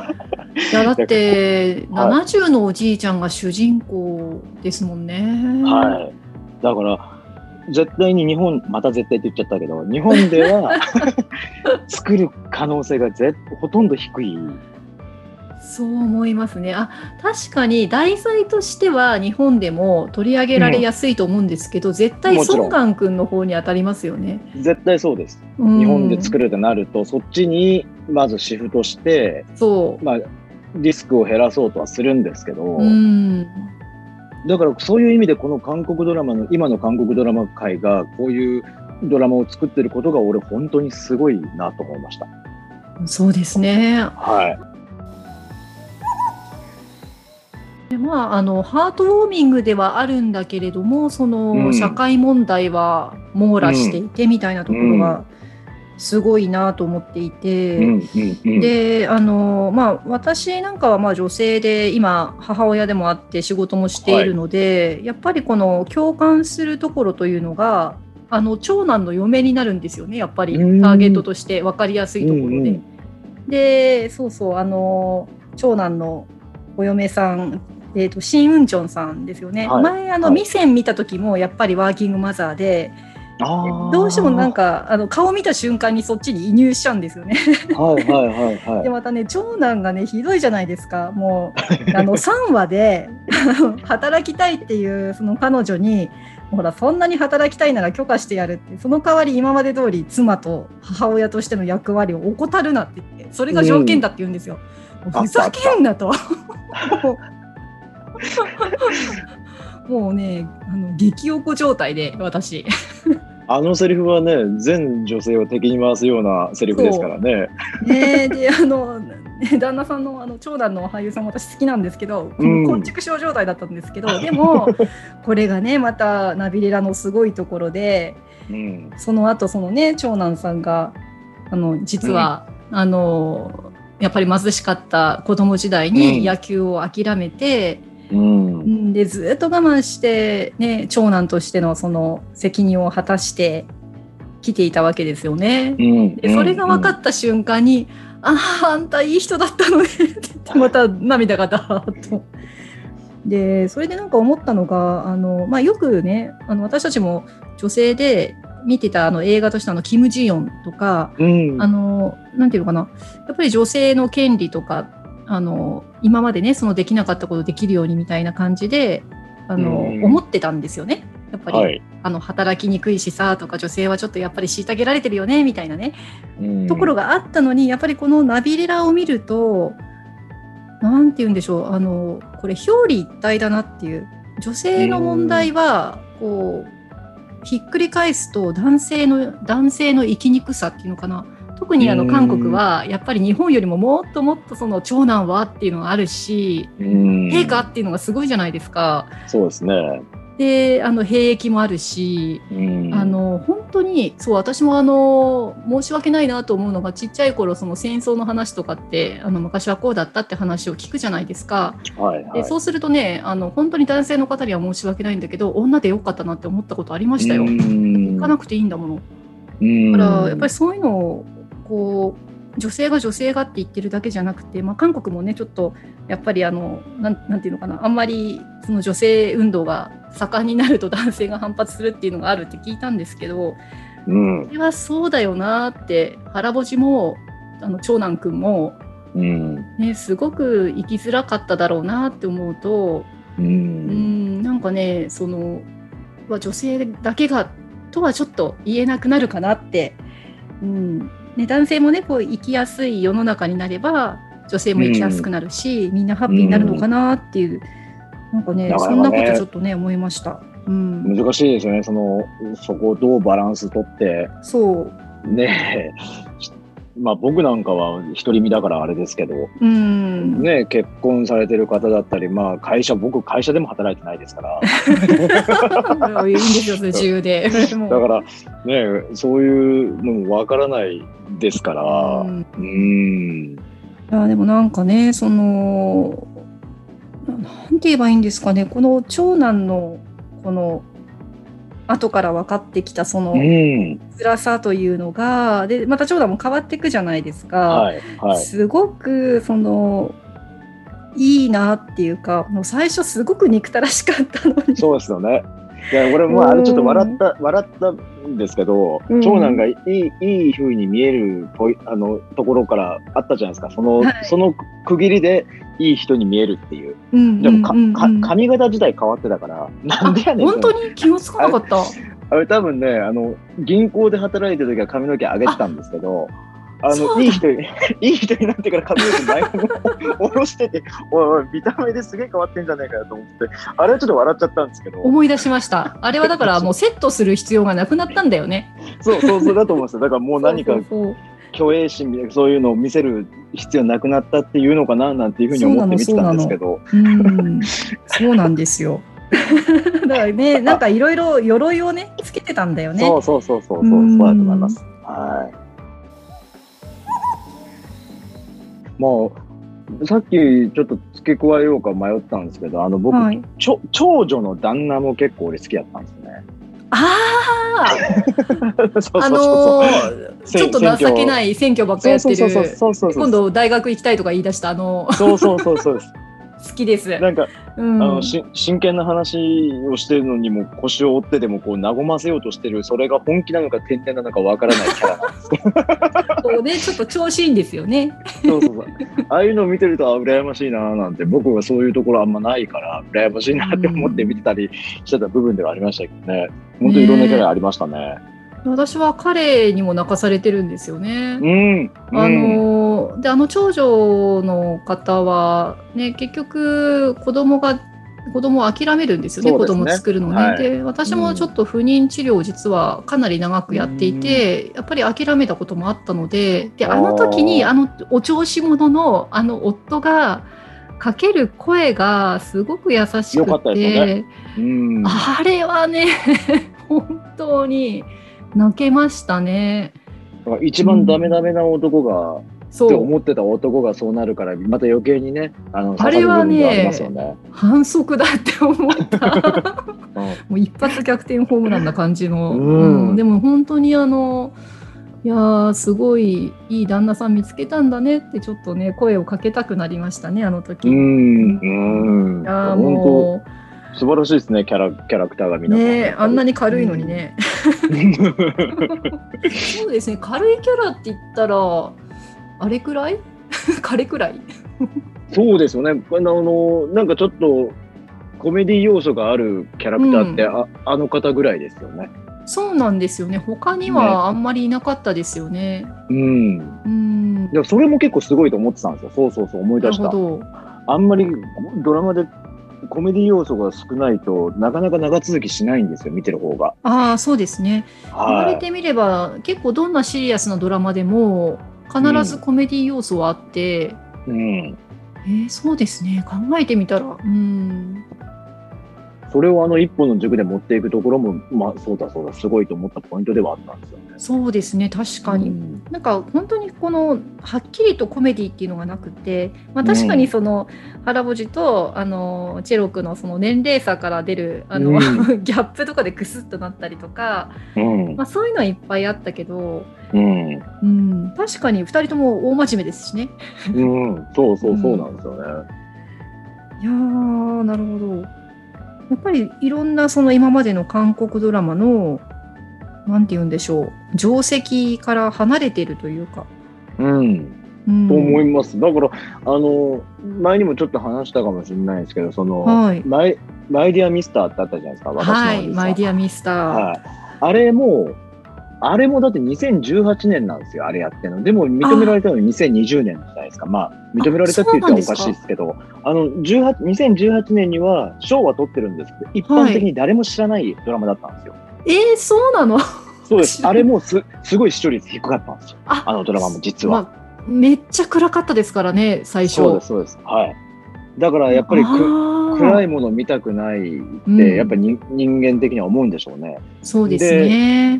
A: いやだ って
B: だから
A: 70のおじいちゃんが主人公ですもんね。
B: はい、だから絶対に日本また絶対って言っちゃったけど日本で は作る可能性がぜほとんど低い。
A: そう思いますね。あ確かに題材としては日本でも取り上げられやすいと思うんですけど、絶対
B: もちろん
A: ソンガン君の方に当たりますよね。
B: 絶対そうです。
A: うん
B: 日本で作るとなると、そっちにまずシフトして、
A: そう。
B: まあ、リスクを減らそうとはするんですけど、
A: うん、
B: だからそういう意味でこの韓国ドラマの今の韓国ドラマ界がこういうドラマを作ってることが俺本当にすごいなと思いました。
A: そうですね。
B: はい。
A: でまあ、あのハートウォーミングではあるんだけれどもその、
B: うん
A: 社会問題は網羅していてみたいなところがすごいなと思っていて。
B: うんうんうん。
A: であのまあ、私なんかはまあ女性で今母親でもあって仕事もしているので、やっぱりこの共感するところというのがあの長男の嫁になるんですよねやっぱりタ
B: うん
A: ーゲットとして分かりやすいところで。
B: うんうん
A: でそうそうあの長男のお嫁さんえー、とシン・ウンチョンさんですよね、
B: はい
A: 前あの、
B: はい
A: ミセン見た時もやっぱりワーキングマザーで
B: あー
A: どうしてもなん。かあの顔見た瞬間にそっちに移入しちゃうんですよね。
B: はいはいはい は
A: でまたね長男がねひどいじゃないですかもうあの3話で あの働きたいっていうその彼女にほらそんなに働きたいなら許可してやるってその代わり今まで通り妻と母親としての役割を怠るなって言ってそれが条件だって言うんですよ。もうふざけんなともう もうねあの激おこ状態で私。
B: い。あのセリフはね、全女性を敵に回すようなセリフですからね。
A: ねえであのね旦那さんのあの長男の俳優さん私好きなんですけど
B: うん
A: こんちく症状態だったんですけど、でもこれがねまたナビレラのすごいところで
B: うん。
A: その後そのね長男さんがあの実は、あのやっぱり貧しかった子供時代
B: うん
A: に野球を諦めて、
B: うん。
A: うんでずっと我慢して、ね、長男としてのその責任を果たして来ていたわけですよね。
B: うん
A: でそれが分かった瞬間に「あああんたいい人だった のね」って言ってまた涙がダーッと。でそれでなんか思ったのがあの、まあ、よくねあの私たちも女性で見てたあの映画としてあのキム・ジヨンとか
B: うん。
A: あのなんていうのかなやっぱり女性の権利とかあの今までねそのできなかったことできるようにみたいな感じであの
B: うん
A: 思ってたんですよね。やっぱり、
B: はい。
A: あの働きにくいしさとか女性はちょっとやっぱり虐げられてるよねみたいなねところ
B: が。
A: があったのにやっぱりこのナビレラを見るとなんて言うんでしょうあのこれ表裏一体だなっていう女性の問題はこうひっくり返すと男性の男性の生きにくさっていうのかな特にあ
B: う
A: の
B: ん
A: 韓国はやっぱり日本よりももっともっとその長男はっていうのがあるし
B: うん。
A: 陛下っていうのがすごいじゃないですか。
B: そうですね。
A: であの兵役もあるし
B: うん。
A: あの本当にそう私もあの申し訳ないなと思うのがちっちゃい頃その戦争の話とかってあの昔はこうだったって話を聞くじゃないですか、
B: はいはい。
A: でそうするとねあの本当に男性の方には申し訳ないんだけど女でよかったなって思ったことありましたよ。
B: う
A: 行
B: ん。
A: かなくていいんだもの。
B: うん
A: だからやっぱりそういうのをこう女性が女性がって言ってるだけじゃなくて、まあ、韓国もねちょっとやっぱりあのなんなんていうのかなあんまりその女性運動が盛んになると男性が反発するっていうのがあるって聞いたんですけど。
B: うん。
A: それはそうだよなって腹ぼじもあの長男くんも、
B: うん。
A: ね、すごく生きづらかっただろうなって思うと
B: う。
A: うんんなんかねそのは女性だけがとはちょっと言えなくなるかなって、うんね、男性もねこう生きやすい世の中になれば女性も生きやすくなるし、みんなハッピーになるのかなっていう、なんかね
B: なか
A: そ
B: なん
A: な
B: かね
A: ことちょっとね思いました。うん、
B: 難しいですよね。その、そこをどうバランス取って、
A: そう
B: ね え、まあ僕なんかは独り身だからあれですけど、
A: うん
B: ねえ、結婚されてる方だったり、まあ会社、僕会社でも働いてないですから、
A: いいんですよ、それ自由で。もう
B: だからねえ、そういうのもわからないですから、
A: うん
B: うん、
A: いやでもなんかねそのななんて言えばいいんですかねこの長男のこの後から分かってきたその
B: うん、
A: 辛さというのがでまた長男も変わっていくじゃないですか、
B: はい、はい。
A: すごくそのいいなっていうかもう最初すごく憎たらしかったのに。
B: そうですよね。いや、俺もあれちょっと笑った、笑ったんですけど、
A: うん
B: 長男がいい、いい風に見えるポイ、あの、ところからあったじゃないですか。その、
A: はい
B: その区切りで、いい人に見えるっていう。
A: うん
B: でもか、
A: うんうんうん
B: か、髪型自体変わってたから、なん
A: あ
B: でやねん。
A: 本当に気がつかなかった。
B: あれ多分ね、あの、銀行で働いてる時は髪の毛上げてたんですけど、あ
A: そう
B: の、
A: だ
B: いい人に、 いい人になってから髪の毛大根を下ろしてて、おいおい、見た目ですげえ変わってんじゃねえかよと思って、あれはちょっと笑っちゃったんですけど。
A: 思い出しました。あれはだからもうセットする必要がなくなったんだよね。
B: そうそうそうだと思うんですよ。だからもう何か
A: そうそうそう
B: 虚栄心みたいなそういうのを見せる必要なくなったっていうのかななんていうふうに思って見てたんですけど。
A: うん、そうなんですよ。 だからね、なんかいろいろ鎧をね、つけてたんだよね。
B: そうそうそうそうそうそうだと思います。はあ、さっきちょっと付け加えようか迷ったんですけど、あの僕、
C: はい、
B: ちょ長女の旦那も結構俺好きだったんです ね。
A: ああ、
B: そうそ
A: あ
B: うそう
A: の
B: そう。
A: ー
B: せ
A: ちょっと情けない選挙ばっかやって
B: そうそう
A: る。
B: そうそうそう
A: 今度大学行きたいとか言い出したあの
B: そうそうそうそうです。
A: 好きです。
B: なんか、
A: う
B: あ
A: ん、
B: のし真剣な話をしてるのにも腰を折ってでもこう和ませようとしてるそれが本気なのか天然なのかわからないキャラ なんですけど
A: こうねちょっと調子いいんですよね。
B: そうそうそうああいうのを見てるとあ羨ましいなーなんて僕はそういうところあんまないから羨ましいなって思って見てたりしてた部分ではありましたけどね本当にいろんなキャラありましたね
A: 私は彼にも泣かされてるんですよね。
B: うん
A: あ
B: うん
A: のであの長女の方は、ね、結局子供が子供を諦めるんですよね
B: そう
A: 子
B: ですね
A: 供作るのね。
B: はい
A: で私もちょっと不妊治療を実はかなり長くやっていて、やっぱり諦めたこともあったのでで
B: あー
A: あの時にあのお調子者のあの夫がかける声がすごく優し
B: よか
A: く
B: った
A: て、
B: ですよねうん
A: あれはね 本当に泣けましたね。
B: だから一番ダメダメな男が、
A: そ
B: って
A: う
B: 思ってた男がそうなるからまた余計にねあの
A: あれはね
B: 刺さる部分がありますよね
A: 反則だって思った。もう一発逆転ホームランな感じの。
B: うん
A: でも本当にあの、いやーすごいいい旦那さん見つけたんだねってちょっとね声をかけたくなりましたねあの時。
B: う
A: い
B: んうん、うん、
A: やー
B: 本
A: も
B: 当素晴らしいですねキャラキャラクターが
A: う
B: 皆さん、
A: ねあんなに軽いのにね。そうですね軽いキャラって言ったらあれくらい 彼くらい
B: そうですよねあのなんかちょっとコメディ要素があるキャラクターって、ああの方ぐらいですよね
A: そうなんですよね他に
B: ね
A: はあんまりいなかったですよね。
B: うん
A: うん
B: でもそれも結構すごいと思ってたんですよそうそうそう思い
A: な
B: 出
A: る
B: し
A: ほ
B: た
A: ど。
B: あんまりドラマでコメディ要素が少ないとなかなか長続きしないんですよ見てる方が
A: ああそうですね。言わ
B: は
A: れ
B: い
A: てみれば結構どんなシリアスなドラマでも必ずコメディ要素はあって、
B: うん
A: えーそうですね考えてみたらうん
B: それをあの一本の塾で持っていくところも、まあ、そうだそうだ、すごいと思ったポイントではあったんですよね。
A: そうですね確かに、
B: うん
A: なんか本当にこのはっきりとコメディっていうのがなくて、まあ、確かにその腹ぼじとあのチェロクのその年齢差から出るあの、
B: う
A: ギャップとかでクスッとなったりとか、
B: うん
A: まあ、そういうのはいっぱいあったけど、
B: うん、
A: うん、確かに2人とも大真面目ですしね。
B: うん、そうそうそうなんですよね。
A: いやーなるほど。やっぱりいろんなその今までの韓国ドラマのなんて言うんでしょう定石から離れているというか。
B: うん、
A: うん
B: と思います。だから、あの、前にもちょっと話したかもしれないんですけど、その、
A: はい
B: マイマイディアミスターってあったじゃないですか、
A: はい、マイディアミスター。
B: はい、あれも、あれもだって2018年なんですよ、あれやってるの。でも認められたのは2020年じゃないですか。まあ、認められたって言ったらおかしいですけど、あの、18 2018年には賞は取ってるんですけど、一般的に誰も知らないドラマだったんですよ。
A: えー、そうなの
B: そう です。あれもすすごい視聴率低かったんですよ。
A: あ
B: あのドラマも実は。
A: まあめっちゃ暗かったですからね最初。
B: そうです、そうです。はい。だからやっぱりく
A: あー
B: 暗いもの見たくないっ
A: うん
B: て、やっぱり人人間的には思うんでしょうね。
A: そうですね。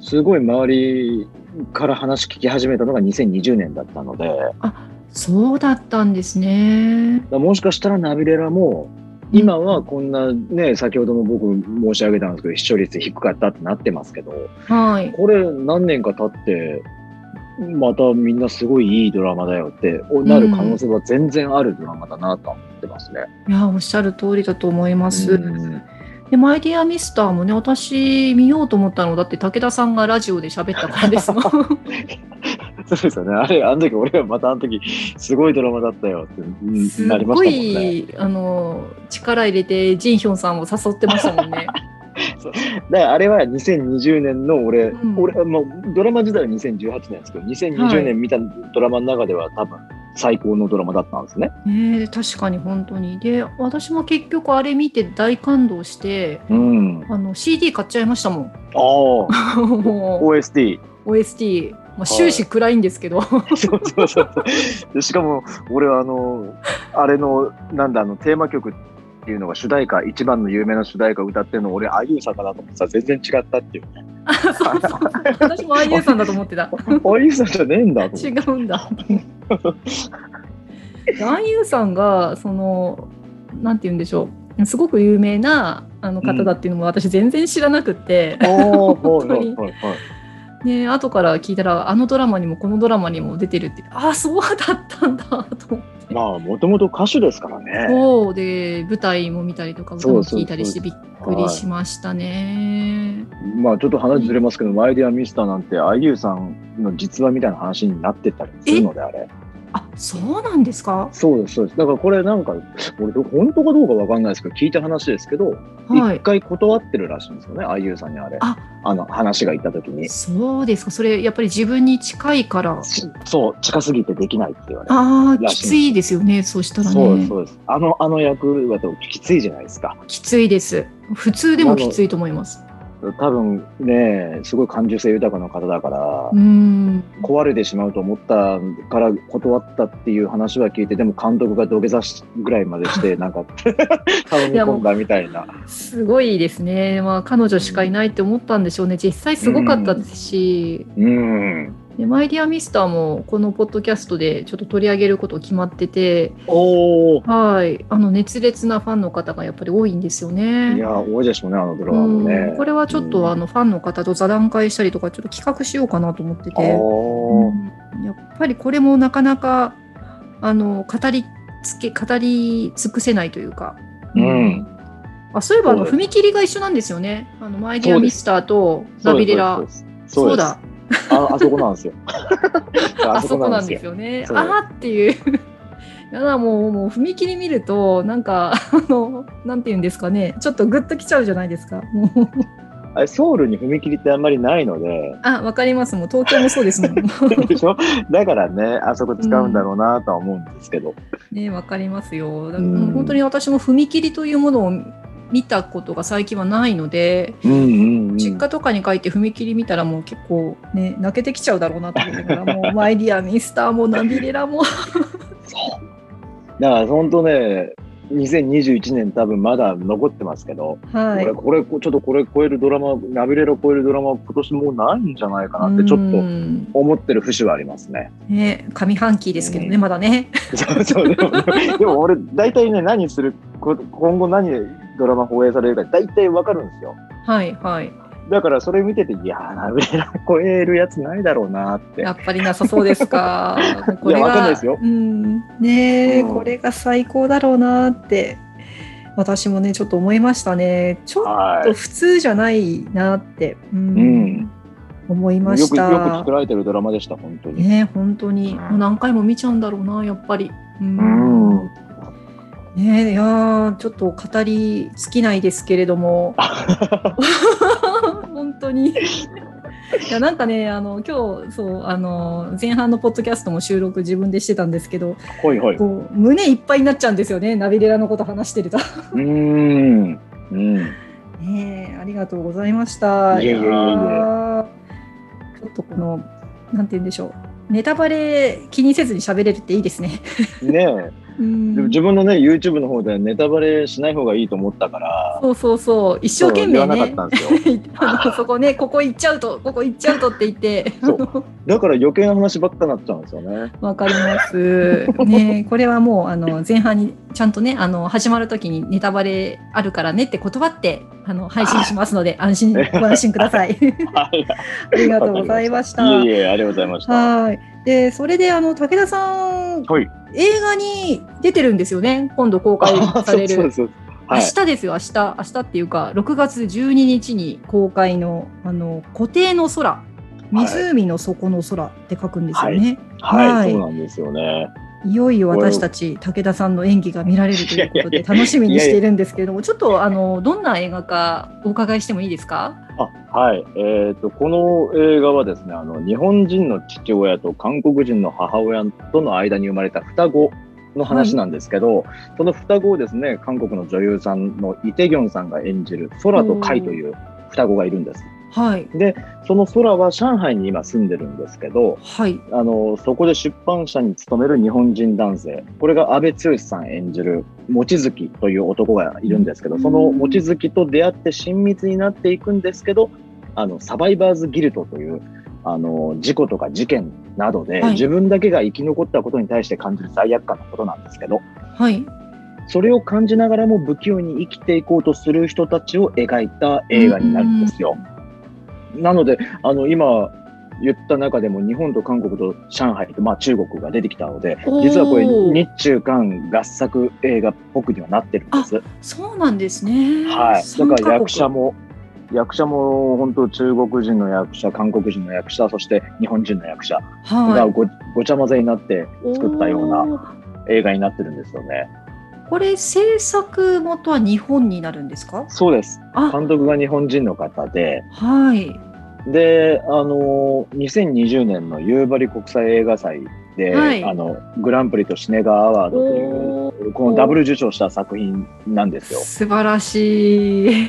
B: すごい周りから話聞き始めたのが2020年だったので、だか
A: そうだったんですね。
B: らもしかしたらナビレラも、今はこんなね、先ほども僕申し上げたんですけど、視聴率低かったってなってますけど、
A: はい。
B: これ何年か経って、またみんなすごいいいドラマだよってなる可能性は全然あるドラマだなとは思ってますね。
A: いやおっしゃる通りだと思います。
B: うん
A: で、マイディアミスターもね、私見ようと思ったの、だって武田さんがラジオで喋ったから ですもん。
B: そうですよね。あれ、あの時俺はまたあの時、すごいドラマだったよってうん
A: す
B: な
A: っ
B: りまし
A: ご
B: たもんね。
A: い、あの、力入れて、ジンヒョンさんを誘ってましたもん ね。
B: だからあれは2020年の俺、
A: うん
B: 俺もうドラマ自体は2018年ですけど
A: は
B: 2020
A: い
B: 年見たドラマの中では多分最高のドラマだったんですね。
A: ねえ確かに本当に。で、私も結局あれ見て大感動して、
B: うん、あ
A: あの、CD 買っちゃいましたもん。
B: あ OST
A: OST。まあ、終始暗いんですけ ど。
B: そうそうそうそうでしかも俺はあのあれのなんだあのテーマ曲っていうのが主題歌一番の有名な主題歌歌ってるの俺あゆさかなと思ってたら全然違っ たっていうね
A: そうそうそう私も IU さんだと思ってた。
B: あゆさじゃねえんだと思って
A: 違うんだ。男優さんがそのなんて言うんでしょうすごく有名なあの方だっていうのも私全然知らなくって、
B: おー
A: 本当に
B: はいはいはい
A: ね、後から聞いたらあのドラマにもこのドラマにも出てるってああそうだったんだと思って
B: まあ、もともと歌手ですからね。
A: そうで舞台も見たりとか歌も聴いたりして
B: そ
A: びっくりしましたね。
B: まあ、ちょっと話ずれますけど、マイディアミスターなんて、あゆうさんの実話みたいな話になってたりするので、あれ。
A: あそうなんですか、
B: そうです、そうです。だからこれなんか、俺、本当かどうかわかんないですけど、聞いた話ですけど、一、
A: はい、
B: 回断ってるらしいんですよね、あゆうさんにあれ。
A: あ
B: あの、話が行った時に。
A: そうですかそれやっぱり自分に近いから
B: しそう、近すぎてできないって言われ
A: ああ
B: ら
A: き
B: しい
A: ついですよねそうした
B: た。
A: ら
B: そうです、
A: ね
B: そうです。あの、あの役だときついじゃないですか。
A: きついです普通でもきついと思います
B: 多分ね、すごい感受性豊かな方だから
A: う、ーん
B: 壊れてしまうと思ったから断ったっていう話は聞いてでも監督が土下座しぐらいまで してなんか頼み込んだみたいな
A: すごいですねまあ彼女しかいないって思ったんでしょうね実際すごかったですし、
B: うん
A: でマイディアミスターもこのポッドキャストでちょっと取り上げること決まってて
B: おお
A: はいあの熱烈なファンの方がやっぱり多いんですよね
B: いや多いでしょうねあのドラマも
A: う
B: ね
A: んこれはちょっ
B: うん
A: とあのファンの方と座談会したりとかちょっと企画しようかなと思ってて、
B: あー
A: うんやっぱりこれもなかなかあの語りつけ語り尽くせないというか、
B: うん
A: あそういえばあの
B: そう
A: 踏切が一緒なんですよねあのマイディ
B: そ
A: ア
B: うで
A: ミ
B: す
A: スターとラビレラ
B: そうです
A: そう
B: です
A: だ
B: ですああそこなん ですよ
A: あそこなんですよね
B: そう
A: あーっていう やだもうもう踏切見るとなんかあのなんて言うんですかねちょっとグッときちゃうじゃないですかも う
B: あれソウルに踏切ってあんまりない ので
A: あわかりますもう東京もそうですもん
B: でしょだからねあそこ使うんだろうなとは思うんですけど、
A: ねわかりますよ。だから
B: うん
A: もう本当に私も踏切というものを見たことが最近はないので、
B: うん、うんうん
A: 実家とかに書いて踏切見たらもう結構ね泣けてきちゃうだろうなと思いな がらもうマイディアミスターもナビレラも
B: だから本当ね、2021年多分まだ残ってますけど、
A: はい
B: 俺これ、ちょっとこれ超えるドラマ、ナビレラ超えるドラマ、今年もうないんじゃないかなって、ちょっ
A: う
B: と
A: ん
B: 思ってる節はありますね。
A: ね上半期ですけどね、
B: うん
A: まだね
B: そうそう、でも、でも俺、大体ね、何する、こ今後何ドラマ放映されるか、大体わかるんですよ。
A: はいはい
B: だからそれ見てて、いやー、ナビレラ超えるやつないだろうなって。
A: やっぱりなさそうです かもうこれ
B: いやわかんな
A: が
B: いですよ
A: うんねえ
B: うん
A: これが最高だろうなって私もねちょっと思いましたねちょっと
B: は
A: ちょっと普通じゃないなって、うん
B: うん
A: 思いま
B: い。よ
A: し
B: く、よく
A: た
B: 作。られてるドラマでした、本当に。
A: ね本当に、
B: うん
A: もう何回も見ちゃうんだろうなやっぱり。う
B: うん。
A: ねいやーちょっと語り尽きないですけれど も本当に。いやなんかねあの今日そうあの前半のポッドキャストも収録自分でしてたんですけど
B: ほいほい。う
A: こう胸いっぱいになっちゃうんですよねナビレラのこと話してると。
B: ーん。うん。
A: ねえ、ありがとうございました。
B: いえいえいえいえ
A: やーちょっとこの、なんて言うんでしょう。ネタバレ気にせずに喋れるっていいですね。
B: ねえ。
A: うん
B: でも自分のね YouTube の方でネタバレしない方がいいと思ったから
A: そうそうそう、一生懸命
B: そう言わな
A: ね。
B: かったんですよ
A: あのそこね、ここ行っちゃうと、ここ行っちゃうとって言って、
B: そうだから余計な話ばっかなっちゃうんですよね
A: わかります。ねえ、これはもう、あの前半にちゃんとね、あの始まる時にネタバレあるからねって断って。あの配信しますので、安心、ご安心ください。
B: はい
A: ありがとうございました。
B: いえいえありがとうございましたは
A: はい。で、それで、あの、武田さん、
B: い
A: 映画に出てるんですよね。今度公開 される。
B: そうそうそうはい
A: 明日ですよ、明日。明日っていうか、6月12日に公開の、あの、固定の空。湖の底の空って書くんですよね。
B: はい、
A: はい
B: そうなんですよね
A: い、よいよ私たち、武田さんの演技が見られるということ
B: いやいや
A: で、楽しみにしているんですけれども、ちょっと、あの、どんな映画かお伺いしてもいいですか
B: あはいえー、とこの映画はですねあの日本人の父親と韓国人の母親との間に生まれた双子の話なんですけど、その双子をですね韓国の女優さんのイ・テギョンさんが演じる空と海という双子がいるんです
A: はい。
B: その空は上海に今住んでるんですけど、
A: はい。
B: あの、そこで出版社に勤める日本人男性、これが安部剛さん演じる望月という男がいるんですけど、その望月と出会って親密になっていくんですけど、あの、サバイバーズギルトという、あの、事故とか事件などで、
A: はい
B: 自分だけが生き残ったことに対して感じる罪悪感のことなんですけど、
A: はい。
B: それを感じながらも不器用に生きていこうとする人たちを描いた映画になるんですよ。なので、あの、今、言った中でも日本と韓国と上海と、まあ、中国が出てきたので
A: おー
B: 実はこれ日中韓合作映画っぽくにはなってるんです。
A: そうなんですね。
B: はい、だ
A: 三
B: か
A: カ国
B: ら役者。も役者も本当中国人の役者韓国人の役者そして日本人の役者が
A: は
B: ご,、ごちゃ混ぜになって
A: い。
B: 作ったような
A: おー。
B: 映画になってるんですよね。
A: これ制作元は日本になるんですか？
B: そうです
A: あ、
B: 監督が日本人の方で
A: はい。
B: であの2020年の夕張国際映画祭で、
A: はい
B: あのグランプリとシネガーアワードという
A: おー
B: このダブル受賞した作品なんですよ。
A: 素晴らしい。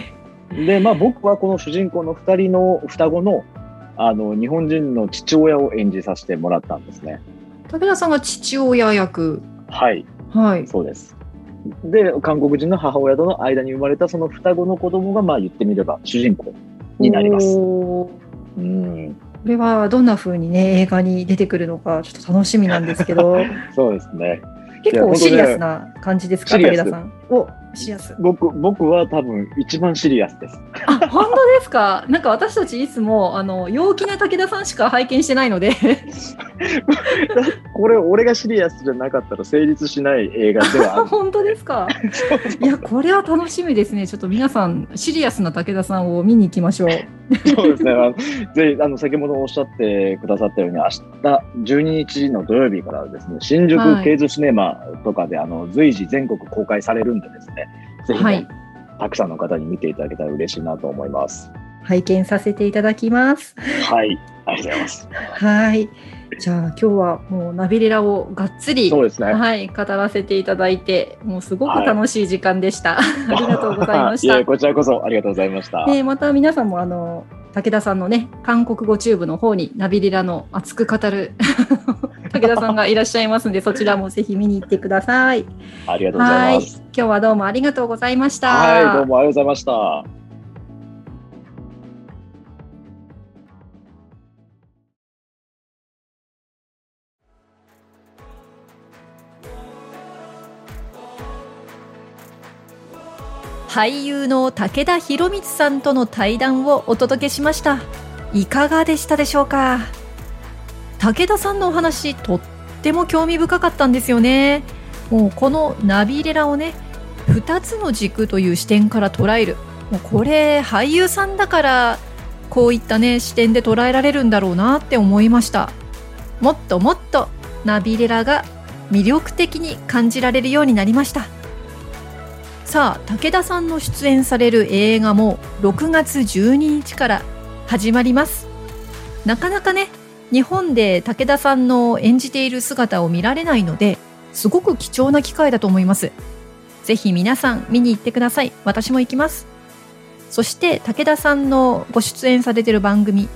B: で、まあ、僕はこの主人公の2人の双子のあの日本人の父親を演じさせてもらったんですね。
A: 武田さんが父親役。
B: はい、
A: はい。
B: そうです。で、韓国人の母親との間に生まれたその双子の子供が、まあ、言ってみれば主人公になります。
A: おー
B: うん、
C: これはどんな風にね映画に出てくるのかちょっと楽しみなんですけ ど
B: そうですね。
C: 結構シリアスな感じですか
B: シリア
C: 武
B: ス
C: 田さん。おシリアス。
B: 僕、僕は多分一番シリアスです。
C: あ本当ですか。なんか私たちいつもあの陽気な武田さんしか拝見してないので
B: これ、俺がシリアスじゃなかったら成立しない映画で はある。
C: 本当ですか。
B: そう
C: いやこれは楽しみですね。ちょっと皆さんシリアスな武田さんを見に行きましょう。
B: そうですね。あのぜひ、あの、先ほどおっしゃってくださったように、明日12日の土曜日からですね、新
A: はい
B: 宿ケイズシネマとかで、あの、随時全国公開されるんでですね、ぜひね、
A: はい
B: たくさんの方に見ていただけたら嬉しいなと思います。
C: 拝見させていただきます。
B: はい。ありがとうございます。
C: はい。じゃあ今日はもうナビレラをがっつり
B: そうですね。
C: はい語らせていただいてもうすごく楽しい時間でした。ありがとうございまし
B: い
C: た。
B: えこちらこそありがとうございました。
C: でまた皆さんもあの武田さんのね韓国語チューブの方にナビリラの熱く語る 武田さんがいらっしゃいますのでそちらもぜひ見に行ってください。
B: ありがとうござ
C: はいい
B: ま
C: 今
B: す。
C: 日はどうもありがとうございました。
B: はい。どうもありがとうございました。
A: 俳優の武田博光さんとの対談をお届けしましたいかがでしたでしょうか武田さんのお話とっても興味深かったんですよねもうこのナビレラをね2つの軸という視点から捉えるもうこれ俳優さんだからこういったね視点で捉えられるんだろうなって思いましたもっともっとナビレラが魅力的に感じられるようになりましたさあ武田さんの出演される映画も6月12日から始まりますなかなかね日本で武田さんの演じている姿を見られないのですごく貴重な機会だと思いますぜひ皆さん見に行ってください私も行きますそして武田さんのご出演されている番組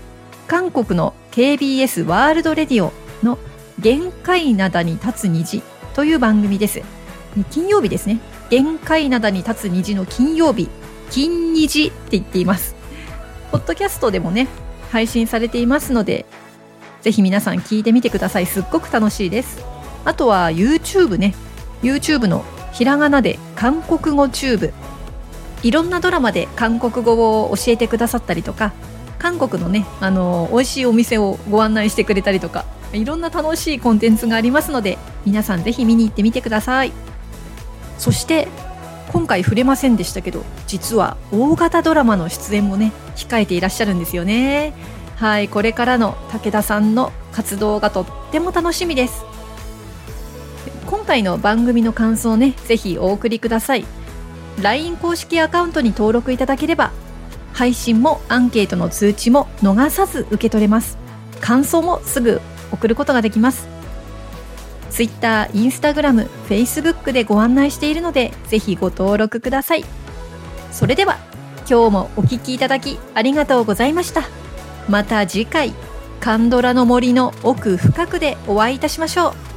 A: 韓国の KBS ワールドレディオの限界灘に立つ虹という番組です金曜日ですね限界灘に立つ虹の金曜日金虹って言っていますポッドキャストでもね配信されていますのでぜひ皆さん聞いてみてくださいすっごく楽しいですあとは YouTube ね YouTube のひらがなで韓国語チューブいろんなドラマで韓国語を教えてくださったりとか韓国のねあの美味しいお店をご案内してくれたりとかいろんな楽しいコンテンツがありますので皆さんぜひ見に行ってみてくださいそして今回触れませんでしたけど実は大型ドラマの出演もね控えていらっしゃるんですよねはいこれからの武田さんの活動がとっても楽しみです今回の番組の感想をねぜひお送りください LINE 公式アカウントに登録いただければ配信もアンケートの通知も逃さず受け取れます感想もすぐ送ることができますツイッター、インスタグラム、フェイスブックでご案内しているので、ぜひご登録ください。それでは、今日もお聞きいただきありがとうございました。また次回、カンドラの森の奥深くでお会いいたしましょう。